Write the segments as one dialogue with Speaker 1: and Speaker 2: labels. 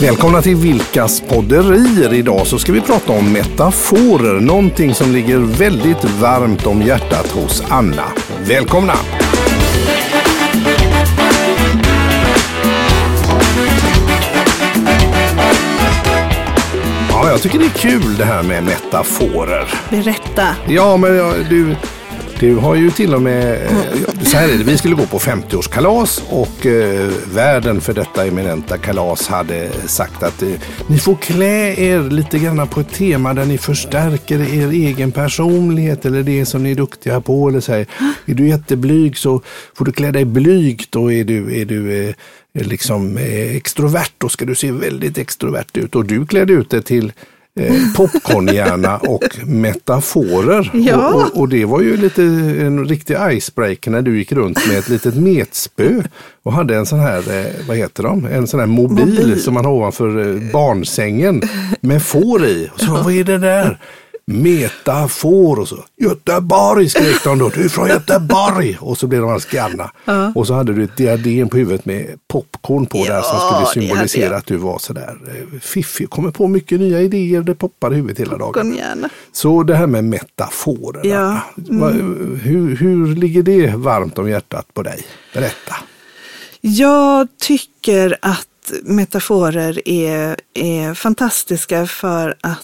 Speaker 1: Välkomna till Vilkas podderier. Idag så ska vi prata om metaforer, någonting som ligger väldigt varmt om hjärtat hos Anna. Välkomna! Ja, jag tycker det är kul det här med metaforer.
Speaker 2: Berätta.
Speaker 1: Ja, men jag, du, du har ju till och med... eh, Så här är det, vi skulle gå på 50-årskalas och eh, värden för detta eminenta kalas hade sagt att eh, ni får klä er lite grann på ett tema där ni förstärker er egen personlighet eller det som ni är duktiga på. Eller så här. Är du jätteblyg så får du klä dig blygt och är du, är du eh, liksom eh, extrovert då ska du se väldigt extrovert ut. Och du klädde ut dig till eh, popcornhjärna och metaforer.
Speaker 2: Ja.
Speaker 1: Och, och, och det var ju lite en riktig icebreaker när du gick runt med ett litet metspö och hade en sån här, eh, vad heter de, en sån här mobil, som man har ovanför eh, barnsängen med får i. Och så, vad är det där? Metafor och så. Göteborg skrek de då, du är från Göteborg! Och så blev de alls galna. Och så hade du ett diadem på huvudet med popcorn på där som
Speaker 2: Ja, det hade
Speaker 1: skulle symbolisera
Speaker 2: jag.
Speaker 1: att du var sådär eh, fiffig, kommer på mycket nya idéer, det poppar i huvudet hela dagen.
Speaker 2: Gärna.
Speaker 1: Så det här med metaforerna.
Speaker 2: Ja, mm.
Speaker 1: Va- Hur, hur ligger det varmt om hjärtat på dig? Berätta.
Speaker 2: Jag tycker att metaforer är, är fantastiska för att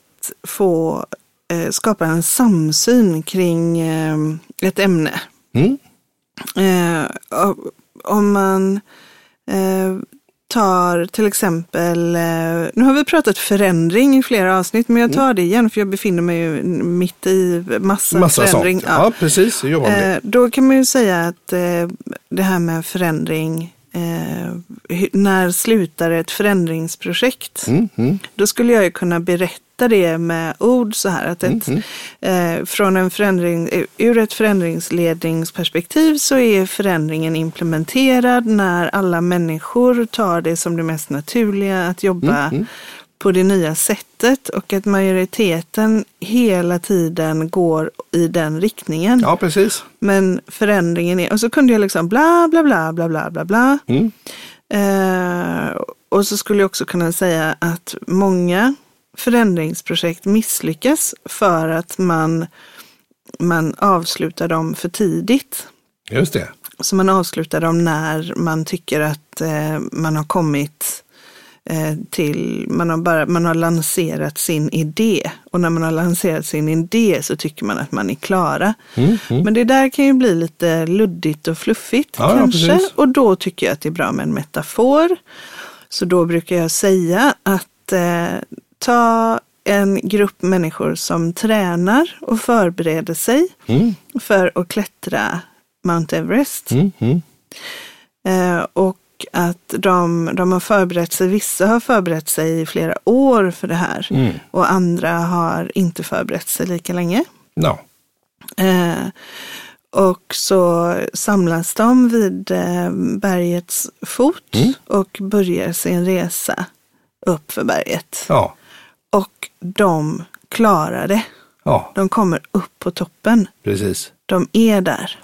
Speaker 2: få eh, skapa en samsyn kring eh, ett ämne.
Speaker 1: Mm.
Speaker 2: Eh, o- om man eh, tar till exempel, eh, nu har vi pratat förändring i flera avsnitt, men jag tar det igen för jag befinner mig ju mitt i massa,
Speaker 1: Mm. Massa
Speaker 2: förändring.
Speaker 1: saker. Ja, precis. Jag jobbar med det.
Speaker 2: Eh, då kan man ju säga att eh, det här med förändring, eh, hur- när slutar ett förändringsprojekt?
Speaker 1: Mm, mm,
Speaker 2: Då skulle jag ju kunna berätta det med ord så här. Att ett,
Speaker 1: Mm,
Speaker 2: eh, från en förändring, eh, ur ett förändringsledningsperspektiv så är förändringen implementerad när alla människor tar det som det mest naturliga att jobba
Speaker 1: Mm,
Speaker 2: på det nya sättet och att majoriteten hela tiden går i den riktningen.
Speaker 1: ja, precis.
Speaker 2: Men förändringen är, och så kunde jag liksom bla bla bla bla bla bla bla.
Speaker 1: Mm.
Speaker 2: Eh, och så skulle jag också kunna säga att många förändringsprojekt misslyckas för att man, man avslutar dem för tidigt.
Speaker 1: Just det.
Speaker 2: Så man avslutar dem när man tycker att eh, man har kommit eh, till, man har, bara, man har lanserat sin idé. Och när man har lanserat sin idé så tycker man att man är klara.
Speaker 1: Mm,
Speaker 2: Men det där kan ju bli lite luddigt och fluffigt
Speaker 1: Ja, ja,
Speaker 2: kanske.
Speaker 1: precis.
Speaker 2: och då tycker jag att det är bra med en metafor. Så då brukar jag säga att eh, ta en grupp människor som tränar och förbereder sig
Speaker 1: Mm.
Speaker 2: för att klättra Mount Everest.
Speaker 1: Mm, mm.
Speaker 2: Eh, och att de, de har förberett sig, vissa har förberett sig i flera år för det här och andra har inte förberett sig lika länge.
Speaker 1: Ja.
Speaker 2: Eh, och så samlas de vid eh, bergets fot och börjar sin resa upp för berget.
Speaker 1: Ja.
Speaker 2: Och de klarar det.
Speaker 1: ja,
Speaker 2: De kommer upp på toppen.
Speaker 1: precis.
Speaker 2: De är där.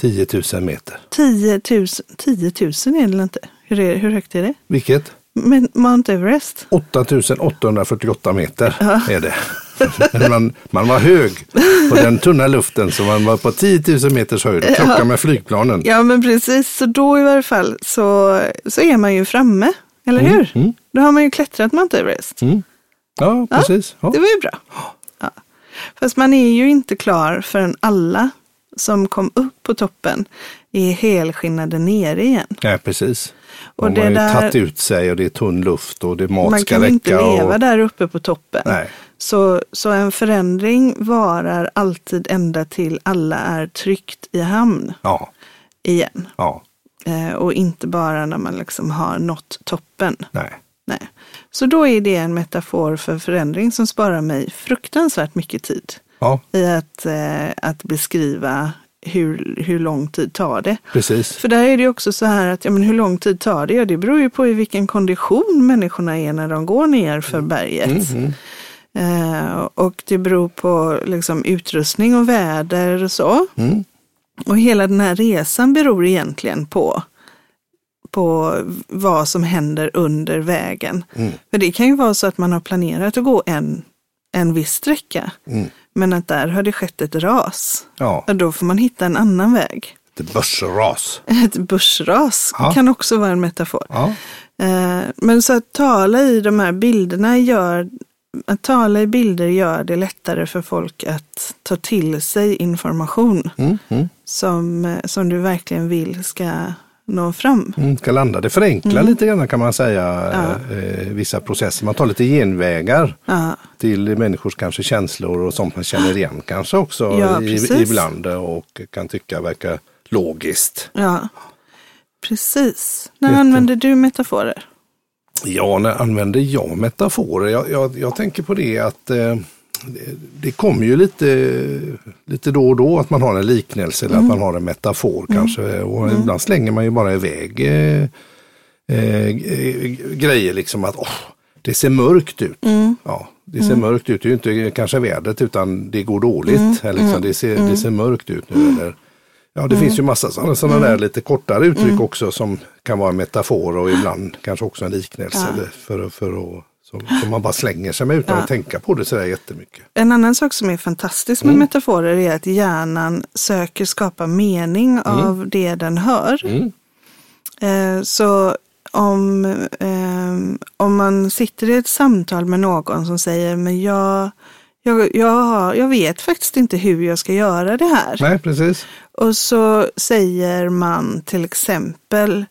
Speaker 1: 10 000 meter.
Speaker 2: 10 000, 10 000 är det väl inte? Hur, är, hur högt är det?
Speaker 1: Vilket?
Speaker 2: Men Mount Everest?
Speaker 1: 8 848 meter är det. Man, man var hög på den tunna luften så man var på 10 000 meters höjd och krockade med flygplanen.
Speaker 2: Ja, men precis. Så då i varje fall så, så är man ju framme, eller
Speaker 1: Mm,
Speaker 2: hur? Då har man ju klättrat Mount Everest.
Speaker 1: Ja, precis. Ja.
Speaker 2: Det var ju bra. Ja. Fast man är ju inte klar förrän alla som kom upp på toppen är helskinnade nere igen.
Speaker 1: Nej, precis.
Speaker 2: Och
Speaker 1: Och man
Speaker 2: det
Speaker 1: har ju
Speaker 2: där-
Speaker 1: tagit ut sig och det är tunn luft och det mat
Speaker 2: Man
Speaker 1: ska
Speaker 2: kan
Speaker 1: räcka.
Speaker 2: inte leva
Speaker 1: och...
Speaker 2: där uppe på toppen.
Speaker 1: Nej.
Speaker 2: Så, så en förändring varar alltid ända till alla är tryggt i hamn
Speaker 1: Ja,
Speaker 2: igen.
Speaker 1: ja,
Speaker 2: Eh, och inte bara när man liksom har nått toppen.
Speaker 1: nej.
Speaker 2: Nej. Så då är det en metafor för förändring som sparar mig fruktansvärt mycket tid
Speaker 1: Ja,
Speaker 2: i att, eh, att beskriva hur, hur lång tid tar det.
Speaker 1: precis.
Speaker 2: För där är det ju också så här att ja, men hur lång tid tar det? Ja, det beror ju på i vilken kondition människorna är när de går ner för berget. Eh, och det beror på liksom, utrustning och väder och så. Och hela den här resan beror egentligen på, på vad som händer under vägen. För det kan ju vara så att man har planerat att gå en, en viss sträcka, men att där har det skett ett ras.
Speaker 1: Ja,
Speaker 2: Och då får man hitta en annan väg.
Speaker 1: ett börsras.
Speaker 2: Ett börsras
Speaker 1: Ja.
Speaker 2: kan också vara en metafor.
Speaker 1: Ja,
Speaker 2: Eh, Men så att tala i de här bilderna gör att tala i bilder gör det lättare för folk att ta till sig information
Speaker 1: mm, mm,
Speaker 2: som, eh, som du verkligen vill ska nå fram.
Speaker 1: mm, ska landa. Det
Speaker 2: Mm.
Speaker 1: förenklar lite grann kan man säga, eh, eh, vissa processer. Man tar lite genvägar
Speaker 2: Ja,
Speaker 1: till människors kanske känslor och sånt man känner igen kanske också
Speaker 2: Ja,
Speaker 1: i,
Speaker 2: precis.
Speaker 1: ibland och kan tycka verkar logiskt.
Speaker 2: ja. Precis. När använder du metaforer?
Speaker 1: Ja, när använder jag metaforer? Jag, jag, jag tänker på det att eh, det- det kommer ju lite, lite då och då att man har en liknelse eller att man har en metafor kanske. Och ibland slänger man ju bara iväg eh, eh, eh, grejer liksom att åh, det ser mörkt ut. Ja, det ser mörkt ut, det är ju inte kanske vädret utan det går dåligt. Eller liksom, det, ser, det ser mörkt ut nu. Eller, Ja, det
Speaker 2: Mm.
Speaker 1: finns ju massa sådana, sådana där lite kortare uttryck också som kan vara en metafor och ibland kanske också en liknelse. Eller för, för att, som, som man bara slänger sig med utan att tänka på det sådär jättemycket.
Speaker 2: En annan sak som är fantastisk med metaforer är att hjärnan söker skapa mening av det den hör. Eh, Så om, ehm, om man sitter i ett samtal med någon som säger men jag, jag, jag, har, jag vet faktiskt inte hur jag ska göra det här.
Speaker 1: Nej, precis.
Speaker 2: Och så säger man till exempel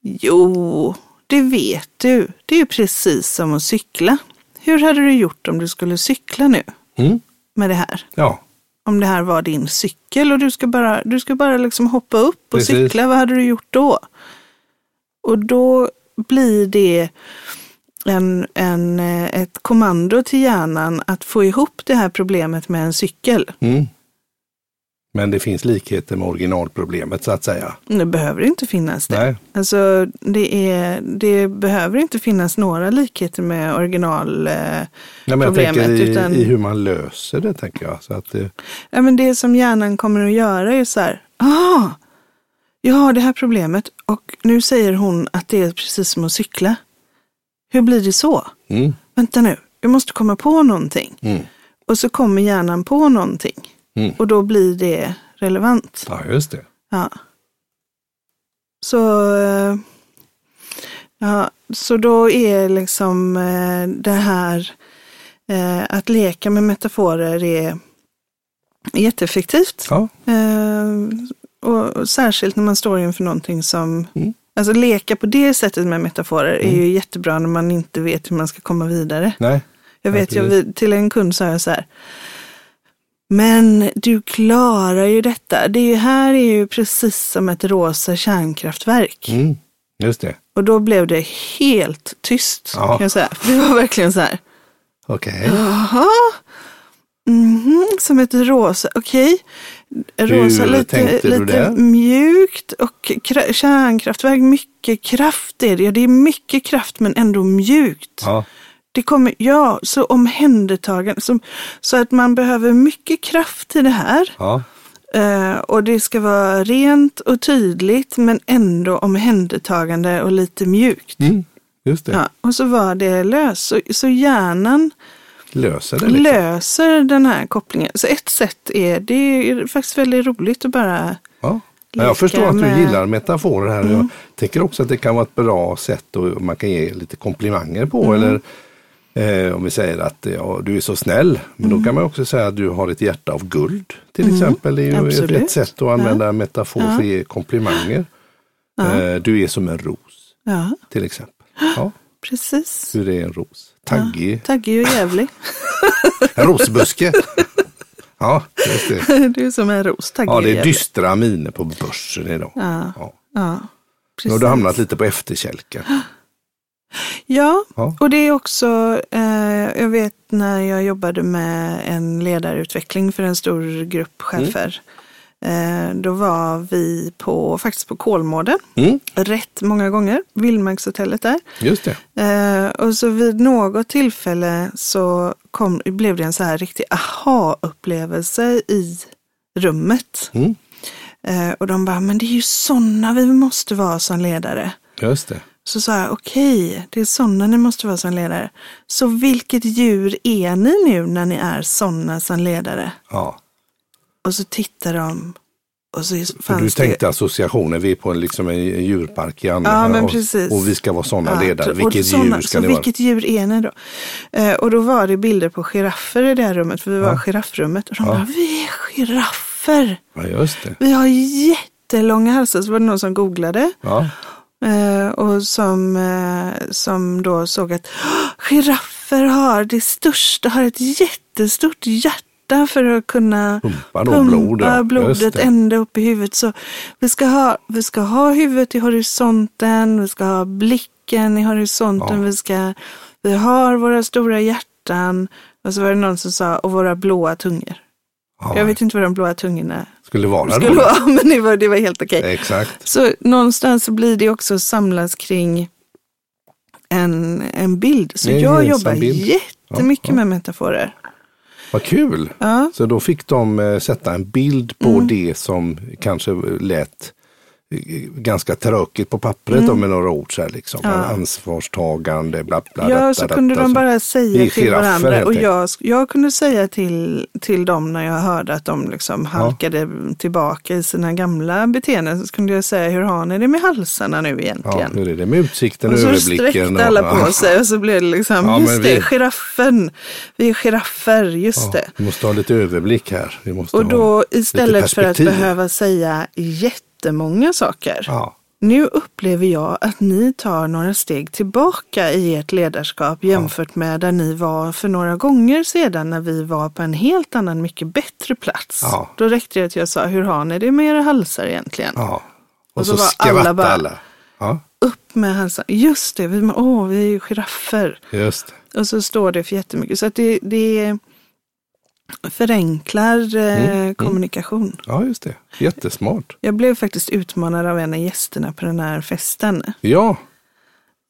Speaker 2: Jo, det vet du. Det är ju precis som att cykla. Hur hade du gjort om du skulle cykla nu
Speaker 1: Mm.
Speaker 2: med det här?
Speaker 1: Ja,
Speaker 2: Om det här var din cykel och du ska bara, du ska bara liksom hoppa upp och
Speaker 1: Precis.
Speaker 2: cykla, vad hade du gjort då? Och då blir det en, en, eh, ett kommando till hjärnan att få ihop det här problemet med en cykel.
Speaker 1: mm. men det finns likheter med originalproblemet så att säga.
Speaker 2: Det behöver inte finnas det.
Speaker 1: Nej,
Speaker 2: Alltså, det, är, det behöver inte finnas några likheter med original. Eh,
Speaker 1: Nej men jag
Speaker 2: Problemet,
Speaker 1: tänker i,
Speaker 2: utan-
Speaker 1: i hur man löser det tänker jag. Så att, eh, det-
Speaker 2: ja, men det som hjärnan kommer att göra är så här, ah, jag har det här problemet och nu säger hon att det är precis som att cykla. Hur blir det så?
Speaker 1: mm.
Speaker 2: Vänta nu, jag måste komma på någonting.
Speaker 1: Mm.
Speaker 2: Och så kommer hjärnan på någonting
Speaker 1: Mm.
Speaker 2: och då blir det relevant.
Speaker 1: Ja, just det.
Speaker 2: Ja. Så, eh, ja, så då är liksom eh, det här eh, att leka med metaforer är jätteeffektivt.
Speaker 1: Ja,
Speaker 2: Eh, och, och särskilt när man står inför någonting som
Speaker 1: Mm.
Speaker 2: Alltså leka på det sättet med metaforer är ju jättebra när man inte vet hur man ska komma vidare.
Speaker 1: nej.
Speaker 2: Jag
Speaker 1: Ja,
Speaker 2: vet, jag,
Speaker 1: precis.
Speaker 2: vid- till en kund sa jag så här. Men du klarar ju detta. Det är ju, här är ju precis som ett rosa kärnkraftverk.
Speaker 1: Mm. Just det.
Speaker 2: Och då blev det helt tyst.
Speaker 1: Ja.
Speaker 2: Kan jag säga. För Det var verkligen så här.
Speaker 1: Okej.
Speaker 2: Jaha. Mhm, som ett rosa, okej. Rosa,
Speaker 1: Hur
Speaker 2: lite,
Speaker 1: tänkte du
Speaker 2: lite
Speaker 1: där?
Speaker 2: mjukt och kra- kärnkraftverk, mycket kraft är det. Ja, det är mycket kraft men ändå mjukt.
Speaker 1: Ja.
Speaker 2: Det kommer, ja, så omhändertagande. Som, så att man behöver mycket kraft i det här.
Speaker 1: Ja.
Speaker 2: Eh, och det ska vara rent och tydligt men ändå omhändertagande och lite mjukt.
Speaker 1: Mm. Just det.
Speaker 2: Ja, och så var det lös. Så, så hjärnan
Speaker 1: Löser det liksom.
Speaker 2: löser den här kopplingen. Så ett sätt är, det är faktiskt väldigt roligt att bara,
Speaker 1: Ja. Ja,
Speaker 2: Leka
Speaker 1: jag förstår att du
Speaker 2: med- Mm.
Speaker 1: gillar metaforer här. Jag tänker också att det kan vara ett bra sätt och man kan ge lite komplimanger på.
Speaker 2: Mm.
Speaker 1: Eller eh, om vi säger att ja, du är så snäll. Men
Speaker 2: Mm.
Speaker 1: då kan man också säga att du har ett hjärta av guld. Till exempel det är ju ett,
Speaker 2: Absolut.
Speaker 1: ett sätt att använda en metafor för att ge komplimanger. Eh, du är som en ros
Speaker 2: ja,
Speaker 1: till exempel. Ja,
Speaker 2: precis.
Speaker 1: du är en ros. Taggig.
Speaker 2: Taggig och jävlig.
Speaker 1: En rosbuske. ja, just det.
Speaker 2: det är som en ros, taggig
Speaker 1: Ja,
Speaker 2: och
Speaker 1: det är
Speaker 2: jävlig.
Speaker 1: dystra miner på börsen idag.
Speaker 2: Ja,
Speaker 1: Ja.
Speaker 2: ja,
Speaker 1: Nu har du hamnat lite på efterkälken.
Speaker 2: Ja,
Speaker 1: Ja.
Speaker 2: och det är också, eh, jag vet när jag jobbade med en ledarutveckling för en stor grupp chefer. Eh, då var vi på, faktiskt på Kolmården,
Speaker 1: Mm,
Speaker 2: rätt många gånger, Vildmarkshotellet där.
Speaker 1: just det.
Speaker 2: Eh, och så vid något tillfälle så kom, blev det en så här riktig aha-upplevelse i rummet.
Speaker 1: Mm.
Speaker 2: Eh, och de bara, men det är ju sådana vi måste vara som ledare.
Speaker 1: Just det.
Speaker 2: Så sa jag, okej, det är sådana ni måste vara som ledare. Så vilket djur är ni nu när ni är sådana som ledare?
Speaker 1: Ja.
Speaker 2: Och så tittade de. Och så fanns
Speaker 1: För du
Speaker 2: det-
Speaker 1: tänkte associationer, vi är på en, liksom en djurpark i Angered
Speaker 2: Ja, men
Speaker 1: och,
Speaker 2: precis.
Speaker 1: och vi ska vara sådana
Speaker 2: Ja,
Speaker 1: ledare.
Speaker 2: och
Speaker 1: Vilket
Speaker 2: såna-
Speaker 1: djur ska
Speaker 2: så
Speaker 1: det vara?
Speaker 2: Vilket djur är ni då? Eh, och då var det bilder på giraffer i det här rummet, för vi var i giraffrummet. Och de bara, vi är giraffer!
Speaker 1: Ja, just det.
Speaker 2: Vi har jättelånga halsar. Så var det någon som googlade.
Speaker 1: Ja.
Speaker 2: Eh, och som, eh, som då såg att "Åh, giraffer har det största, har ett jättestort hjärta för att kunna
Speaker 1: Pumpa då blod, ja. Just
Speaker 2: blodet
Speaker 1: det.
Speaker 2: ända upp i huvudet. Så vi ska, ha, vi ska ha huvudet i horisonten, vi ska ha blicken i horisonten, vi, ska, vi har våra stora hjärtan. Och så var det någon som sa, och våra blåa tungor.
Speaker 1: Ja,
Speaker 2: Jag vet inte vad de blåa tungorna
Speaker 1: Skulle vara
Speaker 2: skulle
Speaker 1: då.
Speaker 2: vara, men det var, det var helt okej.
Speaker 1: Exakt.
Speaker 2: Så någonstans så blir det också samlas kring en, en bild. Så
Speaker 1: Det är en
Speaker 2: jag
Speaker 1: gemensam
Speaker 2: jobbar
Speaker 1: bild.
Speaker 2: jättemycket med metaforer.
Speaker 1: Vad kul.
Speaker 2: Ja.
Speaker 1: Så då fick de eh, sätta en bild på
Speaker 2: Mm.
Speaker 1: det som kanske lät eh, ganska tråkigt på pappret
Speaker 2: Mm.
Speaker 1: då, med några ord. Så här, liksom. Men Ansvarstagande, bla bla.
Speaker 2: Ja,
Speaker 1: detta,
Speaker 2: så kunde
Speaker 1: detta,
Speaker 2: de
Speaker 1: så.
Speaker 2: bara
Speaker 1: Det
Speaker 2: säga
Speaker 1: är
Speaker 2: till
Speaker 1: giraffer,
Speaker 2: varandra.
Speaker 1: helt
Speaker 2: Och
Speaker 1: enkelt.
Speaker 2: jag, jag kunde säga till, till dem när jag hörde att de liksom halkade tillbaka i sina gamla beteenden. Så kunde jag säga, hur har ni det med halsarna nu
Speaker 1: Ja,
Speaker 2: egentligen?
Speaker 1: hur är det med utsikten
Speaker 2: och
Speaker 1: och
Speaker 2: så
Speaker 1: överblicken?
Speaker 2: sträckte alla på sig och så blev det liksom,
Speaker 1: Ja,
Speaker 2: just
Speaker 1: men
Speaker 2: det,
Speaker 1: vi-
Speaker 2: giraffen. Vi är giraffer, just det.
Speaker 1: Vi måste ha lite överblick här. Vi måste
Speaker 2: Och
Speaker 1: ha
Speaker 2: då
Speaker 1: lite
Speaker 2: istället för att
Speaker 1: perspektiv.
Speaker 2: behöva säga jättemånga saker.
Speaker 1: Ja,
Speaker 2: Nu upplever jag att ni tar några steg tillbaka i ert ledarskap jämfört med där ni var för några gånger sedan när vi var på en helt annan, mycket bättre plats.
Speaker 1: Ja.
Speaker 2: Då räckte det att jag sa, hur har ni det med era halsar egentligen?
Speaker 1: ja. Och,
Speaker 2: Och så
Speaker 1: så,
Speaker 2: var alla
Speaker 1: skrattade alla.
Speaker 2: bara-
Speaker 1: Ja,
Speaker 2: Upp med halsar. Just det, vi, åh, vi är ju giraffer.
Speaker 1: just det.
Speaker 2: Och så står det för jättemycket. Så att det, det förenklar eh,
Speaker 1: Mm,
Speaker 2: kommunikation.
Speaker 1: Ja, just det. Jättesmart.
Speaker 2: Jag blev faktiskt utmanad av en av gästerna på den här festen.
Speaker 1: Ja,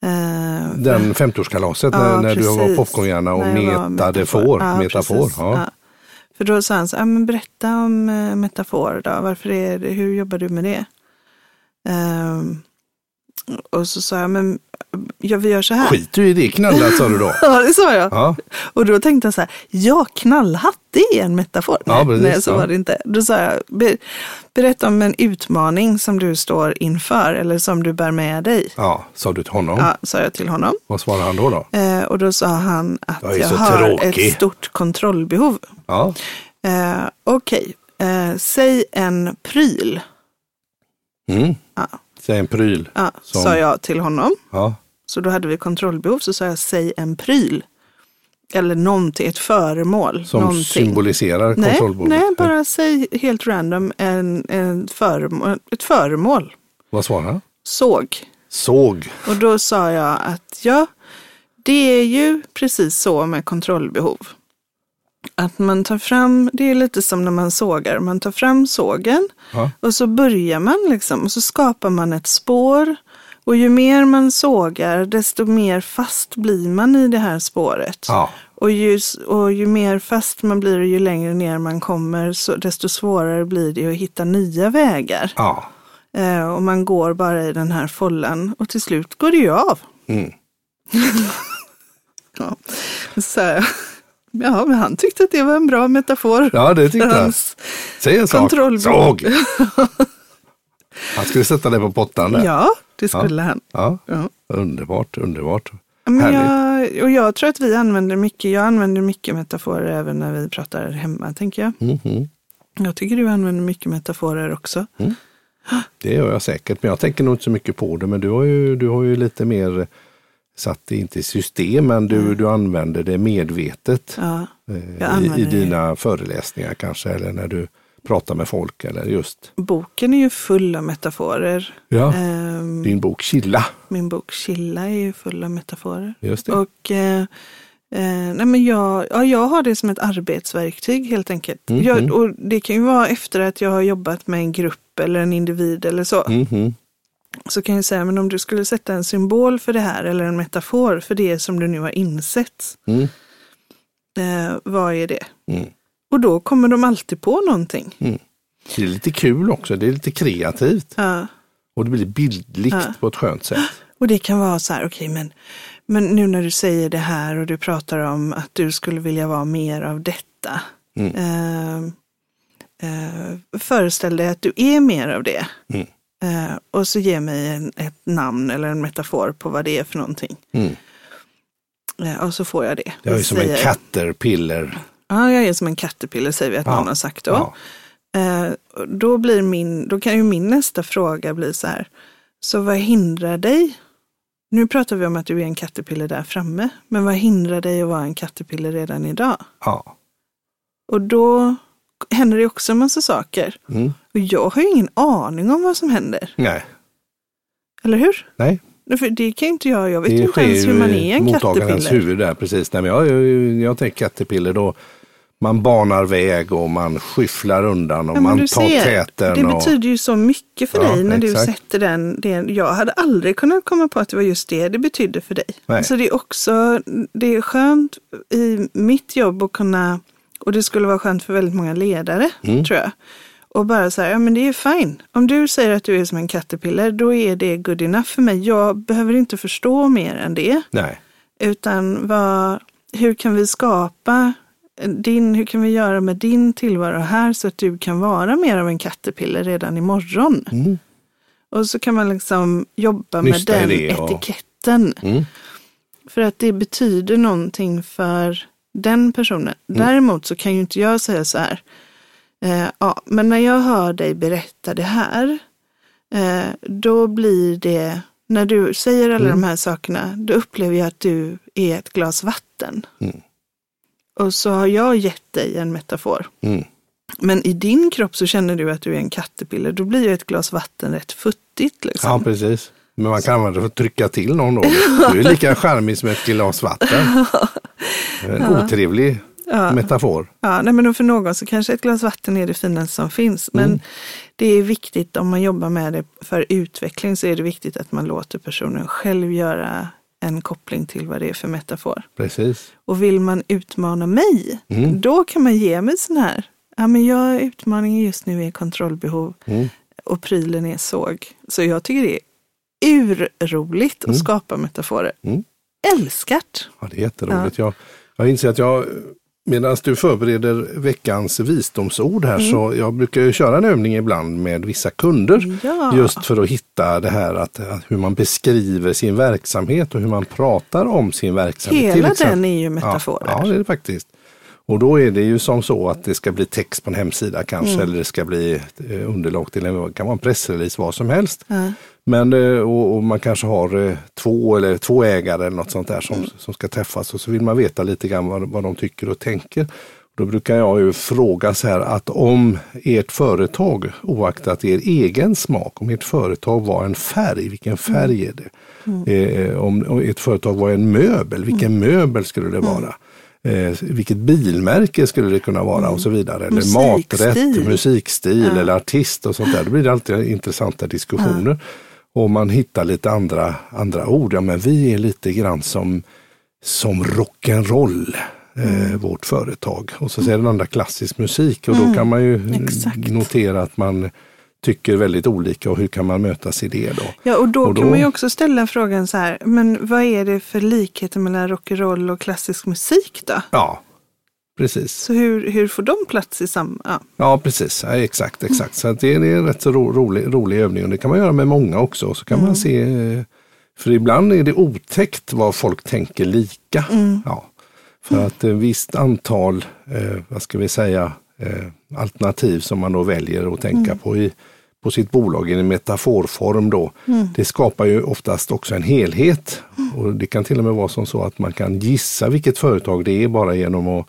Speaker 2: Eh,
Speaker 1: den 50-årskalaset
Speaker 2: ja,
Speaker 1: när, när du var
Speaker 2: precis.
Speaker 1: popcornhjärna och
Speaker 2: När jag var
Speaker 1: metade får.
Speaker 2: Ja,
Speaker 1: metafor.
Speaker 2: precis.
Speaker 1: Ja.
Speaker 2: Ja. För då sa han så, ah, men berätta om eh, metafor då, Varför är det, hur jobbar du med det? Ehm, och så sa jag, men ja, vi gör så här.
Speaker 1: Skit du i det knallat sa du då.
Speaker 2: Ja, det sa jag.
Speaker 1: Ja,
Speaker 2: Och då tänkte jag så här, ja, knallhatt, det är en metafor.
Speaker 1: Ja,
Speaker 2: nej,
Speaker 1: precis,
Speaker 2: nej, så
Speaker 1: ja.
Speaker 2: var det inte. Då sa jag, "Be- berätta om en utmaning som du står inför eller som du bär med dig.
Speaker 1: ja sa du till honom.
Speaker 2: Ja, sa jag till honom.
Speaker 1: Vad svarade han då? då?
Speaker 2: Eh, och då sa han att
Speaker 1: Jag är
Speaker 2: jag,
Speaker 1: så
Speaker 2: har
Speaker 1: tråkig.
Speaker 2: ett stort kontrollbehov.
Speaker 1: Ja,
Speaker 2: Eh, Okej, eh, säg en pryl,
Speaker 1: mm.
Speaker 2: Ja.
Speaker 1: Säg en pryl.
Speaker 2: ja,
Speaker 1: Som-
Speaker 2: sa jag till honom.
Speaker 1: Ja.
Speaker 2: Så då hade vi kontrollbehov, så sa jag säg en pryl. Eller någonting, ett föremål.
Speaker 1: Som
Speaker 2: någonting.
Speaker 1: symboliserar
Speaker 2: nej,
Speaker 1: kontrollbordet.
Speaker 2: nej, bara säg helt random en, en föremål, ett föremål.
Speaker 1: Vad svarade han?
Speaker 2: Såg.
Speaker 1: Såg.
Speaker 2: Och då sa jag att ja, det är ju precis så med kontrollbehov. Att man tar fram, det är lite som när man sågar, man tar fram sågen
Speaker 1: Ja.
Speaker 2: och så börjar man liksom och så skapar man ett spår. Och ju mer man sågar, desto mer fast blir man i det här spåret.
Speaker 1: Ja.
Speaker 2: Och, ju, s- och ju mer fast man blir och ju längre ner man kommer, så, desto svårare blir det att hitta nya vägar.
Speaker 1: ja.
Speaker 2: Eh, och man går bara i den här follan och till slut går det ju av.
Speaker 1: Mm.
Speaker 2: ja. Så, här, ja, men han tyckte att det var en bra metafor.
Speaker 1: Ja, det tyckte
Speaker 2: för
Speaker 1: han.
Speaker 2: hans-
Speaker 1: Säg en sak.
Speaker 2: Kontrollbehov.
Speaker 1: Såg. Han skulle sätta dig på pottan där.
Speaker 2: Ja, det skulle han.
Speaker 1: Ja.
Speaker 2: Ja.
Speaker 1: Underbart, underbart.
Speaker 2: Men
Speaker 1: Härligt.
Speaker 2: jag, och jag tror att vi använder mycket, jag använder mycket metaforer även när vi pratar hemma, tänker jag.
Speaker 1: Mhm.
Speaker 2: Jag tycker du använder mycket metaforer också.
Speaker 1: Mm. Det gör jag säkert, men jag tänker nog inte så mycket på det. Men du har ju, du har ju lite mer satt det inte i system, men du, du använder det medvetet
Speaker 2: Ja,
Speaker 1: eh, i,
Speaker 2: jag
Speaker 1: i
Speaker 2: använder det.
Speaker 1: dina föreläsningar kanske, eller när du pratar med folk. Eller just
Speaker 2: boken är ju full av metaforer.
Speaker 1: ja.
Speaker 2: Ehm,
Speaker 1: din bok Chilla.
Speaker 2: min bok Chilla är ju full av metaforer.
Speaker 1: Just det.
Speaker 2: Och eh, eh, nej men jag, ja, jag har det som ett arbetsverktyg helt enkelt.
Speaker 1: Mm,
Speaker 2: Jag, och det kan ju vara efter att jag har jobbat med en grupp eller en individ eller så.
Speaker 1: Mhm.
Speaker 2: Så kan jag säga, men om du skulle sätta en symbol för det här eller en metafor för det som du nu har insett.
Speaker 1: Mm.
Speaker 2: Eh, vad är det?
Speaker 1: Mm.
Speaker 2: Och då kommer de alltid på någonting.
Speaker 1: Det är lite kul också, det är lite kreativt
Speaker 2: Ja.
Speaker 1: och det blir bildligt på ett skönt sätt.
Speaker 2: Och det kan vara så här, okej men, men nu när du säger det här och du pratar om att du skulle vilja vara mer av detta.
Speaker 1: Mm.
Speaker 2: Eh, eh, föreställ dig att du är mer av det.
Speaker 1: Mm.
Speaker 2: Eh, och så ge mig en, ett namn eller en metafor på vad det är för någonting.
Speaker 1: Mm.
Speaker 2: Eh, och så får jag det.
Speaker 1: Jag är som en
Speaker 2: Säger-
Speaker 1: caterpiller.
Speaker 2: Ja, jag är som en caterpiller säger vi att
Speaker 1: Ja.
Speaker 2: någon har sagt då.
Speaker 1: Ja.
Speaker 2: Eh, och då, blir min, då kan ju min nästa fråga bli så här, så vad hindrar dig? Nu pratar vi om att du är en kattepiller där framme, men vad hindrar dig att vara en kattepiller redan idag?
Speaker 1: Ja.
Speaker 2: Och då händer det också en massa saker.
Speaker 1: Mm.
Speaker 2: Och jag har ju ingen aning om vad som händer,
Speaker 1: Nej.
Speaker 2: eller hur?
Speaker 1: Nej,
Speaker 2: För det kan ju inte jag, jag vet
Speaker 1: det
Speaker 2: inte
Speaker 1: sker
Speaker 2: ens hur man
Speaker 1: ju
Speaker 2: är
Speaker 1: i
Speaker 2: en
Speaker 1: mottagarens
Speaker 2: kattepiller.
Speaker 1: huvud där precis. Nej, men jag, jag, jag tänker caterpiller då. Man banar väg och man skyfflar undan och
Speaker 2: Ja, men
Speaker 1: man
Speaker 2: du
Speaker 1: tar
Speaker 2: ser,
Speaker 1: täten.
Speaker 2: Det
Speaker 1: och,
Speaker 2: betyder ju så mycket för
Speaker 1: Ja,
Speaker 2: dig när du
Speaker 1: exakt.
Speaker 2: sätter den, den. Jag hade aldrig kunnat komma på att det var just det det betydde för dig.
Speaker 1: Nej.
Speaker 2: Alltså det är också, det är skönt i mitt jobb att kunna, och det skulle vara skönt för väldigt många ledare
Speaker 1: Mm.
Speaker 2: tror jag. Och bara så här, ja men det är fine. Om du säger att du är som en kattepiller, då är det good enough för mig. Jag behöver inte förstå mer än det.
Speaker 1: Nej.
Speaker 2: Utan vad, hur kan vi skapa din, hur kan vi göra med din tillvaro här så att du kan vara mer av en kattepiller redan imorgon? Och så kan man liksom jobba
Speaker 1: Mm. Nysta i
Speaker 2: med den
Speaker 1: det och-
Speaker 2: etiketten.
Speaker 1: Mm.
Speaker 2: För att det betyder någonting för den personen.
Speaker 1: Mm.
Speaker 2: Däremot så kan ju inte jag säga så här. Eh, ja, men när jag hör dig berätta det här, eh, då blir det, när du säger alla de här sakerna, då upplever jag att du är ett glas vatten.
Speaker 1: Mm.
Speaker 2: Och så har jag gett dig en metafor.
Speaker 1: Mm.
Speaker 2: Men i din kropp så känner du att du är en kattepiller, då blir ju ett glas vatten rätt futtigt. Liksom.
Speaker 1: Ja, precis. Men man kan använda det för att trycka till någon då. Du är lika charmig som ett glas vatten. En otrevlig metafor.
Speaker 2: Ja, nej men då för någon så kanske ett glas vatten är det finaste som finns. Men
Speaker 1: Mm.
Speaker 2: det är viktigt om man jobbar med det för utveckling så är det viktigt att man låter personen själv göra en koppling till vad det är för metafor.
Speaker 1: Precis.
Speaker 2: Och vill man utmana mig,
Speaker 1: Mm.
Speaker 2: då kan man ge mig sån här. Ja, men jag, utmaningen just nu är kontrollbehov
Speaker 1: Mm.
Speaker 2: och prylen är såg. Så jag tycker det är urroligt att skapa metaforer.
Speaker 1: Mm.
Speaker 2: Älskat!
Speaker 1: Ja, det är jätteroligt. Jag, jag inser att jag, medan du förbereder veckans visdomsord
Speaker 2: Mm.
Speaker 1: här, så jag brukar ju köra en övning ibland med vissa kunder.
Speaker 2: Ja.
Speaker 1: Just för att hitta det här att, att hur man beskriver sin verksamhet och hur man pratar om sin verksamhet. till
Speaker 2: Hela
Speaker 1: exempel.
Speaker 2: den är ju metaforer.
Speaker 1: Ja, ja, det är det faktiskt. Och då är det ju som så att det ska bli text på en hemsida kanske
Speaker 2: Mm.
Speaker 1: eller det ska bli eh, underlag till en, det kan vara en pressrelease, vad som helst. Men, eh, och, och man kanske har eh, två eller två ägare eller något sånt där som, som ska träffas och så vill man veta lite grann vad, vad de tycker och tänker. Då brukar jag ju fråga så här att om ert företag, oaktat er egen smak, om ert företag var en färg, vilken färg är det? Eh, om, om ert företag var en möbel, vilken
Speaker 2: Mm.
Speaker 1: möbel skulle det vara? Eh, vilket bilmärke skulle det kunna vara och så vidare. Eller
Speaker 2: Mm. Musikstil.
Speaker 1: maträtt, musikstil eller artist och sånt där. Då blir det alltid intressanta diskussioner. Och man hittar lite andra, andra ord. Ja, men vi är lite grann som som rock'n'roll,
Speaker 2: Mm.
Speaker 1: eh, vårt företag. Och så säger den andra klassisk musik och då kan man ju eh,
Speaker 2: exakt.
Speaker 1: notera att man tycker väldigt olika och hur kan man mötas i det då?
Speaker 2: Ja, och då,
Speaker 1: Och då-
Speaker 2: kan man ju också ställa frågan så här, men vad är det för likheter mellan rock'n'roll och klassisk musik då?
Speaker 1: Ja, precis.
Speaker 2: Så hur, hur får de plats i samma? Ja.
Speaker 1: Ja, precis. Ja, exakt, exakt. Så att det är det är en rätt så ro, rolig, rolig övning och det kan man göra med många också. Och Så kan man se, eh, för ibland är det otäckt vad folk tänker lika. Ja, för att ett visst antal, eh, vad ska vi säga, eh, alternativ som man då väljer att tänka på i, på sitt bolag i en metaforform då. Det skapar ju oftast också en helhet. Och det kan till och med vara som så att man kan gissa vilket företag det är bara genom att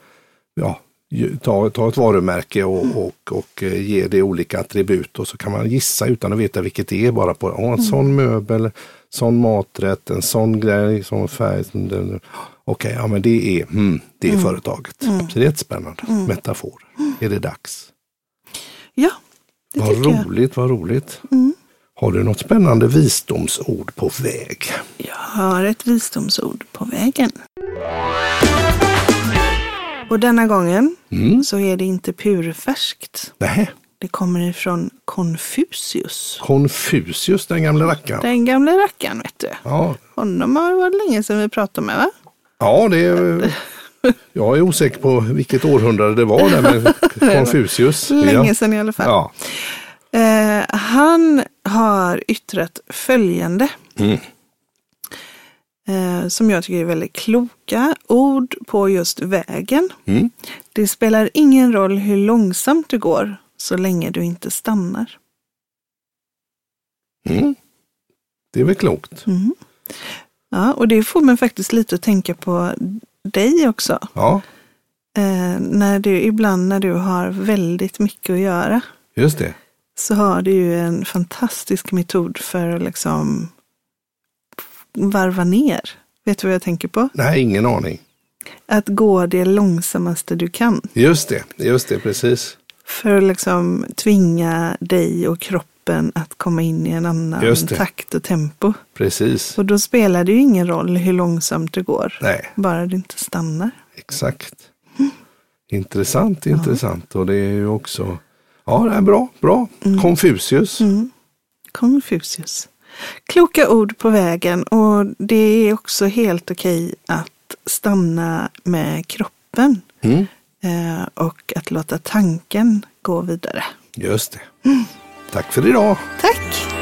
Speaker 1: ja, ju- ta, ta ett varumärke och,
Speaker 2: Mm.
Speaker 1: och, och eh, ge det olika attribut och så kan man gissa utan att veta vilket det är bara på ja, en
Speaker 2: Mm.
Speaker 1: sån möbel, sån maträtt, en sån grej, sån färg. sån- den- Okej, ja men det är, mm, det är företaget.
Speaker 2: Mm.
Speaker 1: Så det är ett spännande. Metafor. Är det dags?
Speaker 2: ja, Mm. det
Speaker 1: Vad
Speaker 2: tycker jag. Mm.
Speaker 1: roligt, vad roligt. Har du något spännande visdomsord på väg?
Speaker 2: Jag har ett visdomsord på vägen.
Speaker 1: Mm.
Speaker 2: Och denna gången så är det inte purfärskt.
Speaker 1: Nej,
Speaker 2: Det kommer ifrån Konfucius.
Speaker 1: Konfucius, den gamla rackaren.
Speaker 2: Den gamla rackaren vet du.
Speaker 1: Ja,
Speaker 2: Honom har det varit länge sedan vi pratade med va?
Speaker 1: ja det är... Jag är osäker på vilket århundrade det var där med Konfucius.
Speaker 2: Länge
Speaker 1: Ja.
Speaker 2: sedan i alla fall.
Speaker 1: Ja.
Speaker 2: Eh, han har yttrat följande.
Speaker 1: Mm,
Speaker 2: Eh, som jag tycker är väldigt kloka ord på just vägen.
Speaker 1: mm,
Speaker 2: Det spelar ingen roll hur långsamt du går så länge du inte stannar.
Speaker 1: Mm. Det är väl klokt.
Speaker 2: Mm. Ja, och det får mig faktiskt lite att tänka på dig också.
Speaker 1: Ja,
Speaker 2: Eh, när du, ibland när du har väldigt mycket att göra
Speaker 1: just det.
Speaker 2: så har du ju en fantastisk metod för att liksom varva ner. Vet du vad jag tänker på?
Speaker 1: Nej, ingen aning.
Speaker 2: Att gå det långsammaste du kan.
Speaker 1: Just det, just det, precis.
Speaker 2: För att liksom tvinga dig och kroppen att komma in i en annan
Speaker 1: Just det.
Speaker 2: takt och tempo.
Speaker 1: Precis.
Speaker 2: Och då spelar det ju ingen roll hur långsamt du går.
Speaker 1: Nej,
Speaker 2: Bara du inte stannar.
Speaker 1: exakt. Intressant, intressant. Och det är ju också... Ja, det är bra, bra.
Speaker 2: Mm.
Speaker 1: Konfucius.
Speaker 2: Konfucius. Kloka ord på vägen och det är också helt okej att stanna med kroppen
Speaker 1: Mm.
Speaker 2: eh, och att låta tanken gå vidare.
Speaker 1: Just det. Tack för idag.
Speaker 2: Tack!